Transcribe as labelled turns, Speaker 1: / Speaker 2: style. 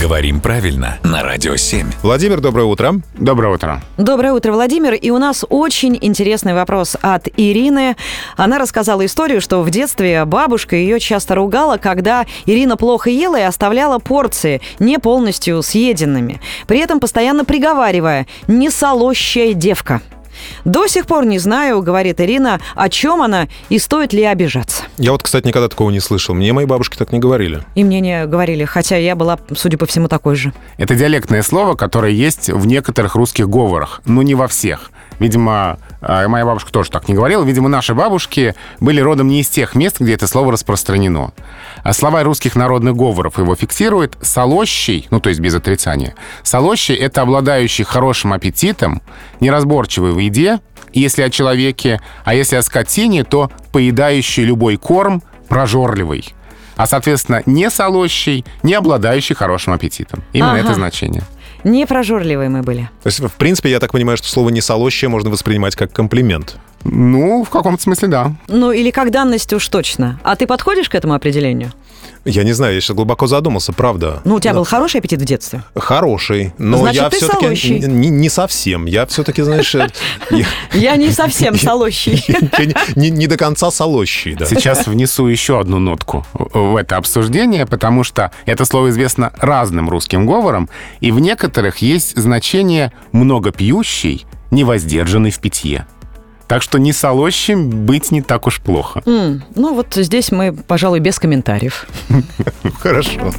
Speaker 1: Говорим правильно на Радио 7.
Speaker 2: Владимир, доброе утро.
Speaker 3: Доброе утро.
Speaker 4: Доброе утро, Владимир. И у нас очень интересный вопрос от Ирины. Она рассказала историю, что в детстве бабушка ее часто ругала, когда Ирина плохо ела и оставляла порции, не полностью съеденными. При этом постоянно приговаривая «не солощая девка». До сих пор не знаю, говорит Ирина, о чем она и стоит ли обижаться.
Speaker 2: Я вот, кстати, никогда такого не слышал. Мне мои бабушки так не говорили.
Speaker 4: И мне не говорили, хотя я была, судя по всему, такой же.
Speaker 3: Это диалектное слово, которое есть в некоторых русских говорах, но не во всех. Видимо, э, моя бабушка тоже так не говорила. Видимо, наши бабушки были родом не из тех мест, где это слово распространено. А слова русских народных говоров его фиксирует солощий, ну, то есть без отрицания. Солощий — это обладающий хорошим аппетитом, неразборчивый в еде, если о человеке, а если о скотине, то поедающий любой корм, прожорливый. А, соответственно, не солощий, не обладающий хорошим аппетитом. Именно
Speaker 4: Ага.
Speaker 3: это значение.
Speaker 4: Не прожорливые мы были.
Speaker 2: То есть, в принципе, я так понимаю, что слово «несолощее» можно воспринимать как комплимент.
Speaker 3: Ну, в каком-то смысле, да.
Speaker 4: Ну, или как данность уж точно. А ты подходишь к этому определению?
Speaker 2: Я не знаю, я сейчас глубоко задумался, правда.
Speaker 4: Ну, у тебя был хороший аппетит в детстве.
Speaker 2: Хороший, но
Speaker 4: Значит,
Speaker 2: я
Speaker 4: ты
Speaker 2: все-таки
Speaker 4: солощий.
Speaker 2: не, не совсем. Я все-таки, знаешь, э, я-
Speaker 4: Я не совсем солощий.
Speaker 2: я не- не не до конца солощий, да.
Speaker 3: Сейчас внесу еще одну нотку в в это обсуждение, потому что это слово известно разным русским говором, и в некоторых есть значение «многопьющий, невоздержанный в питье». Так что не солощим быть не так уж плохо.
Speaker 4: Ну, вот здесь мы, пожалуй, без комментариев.
Speaker 2: Хорошо.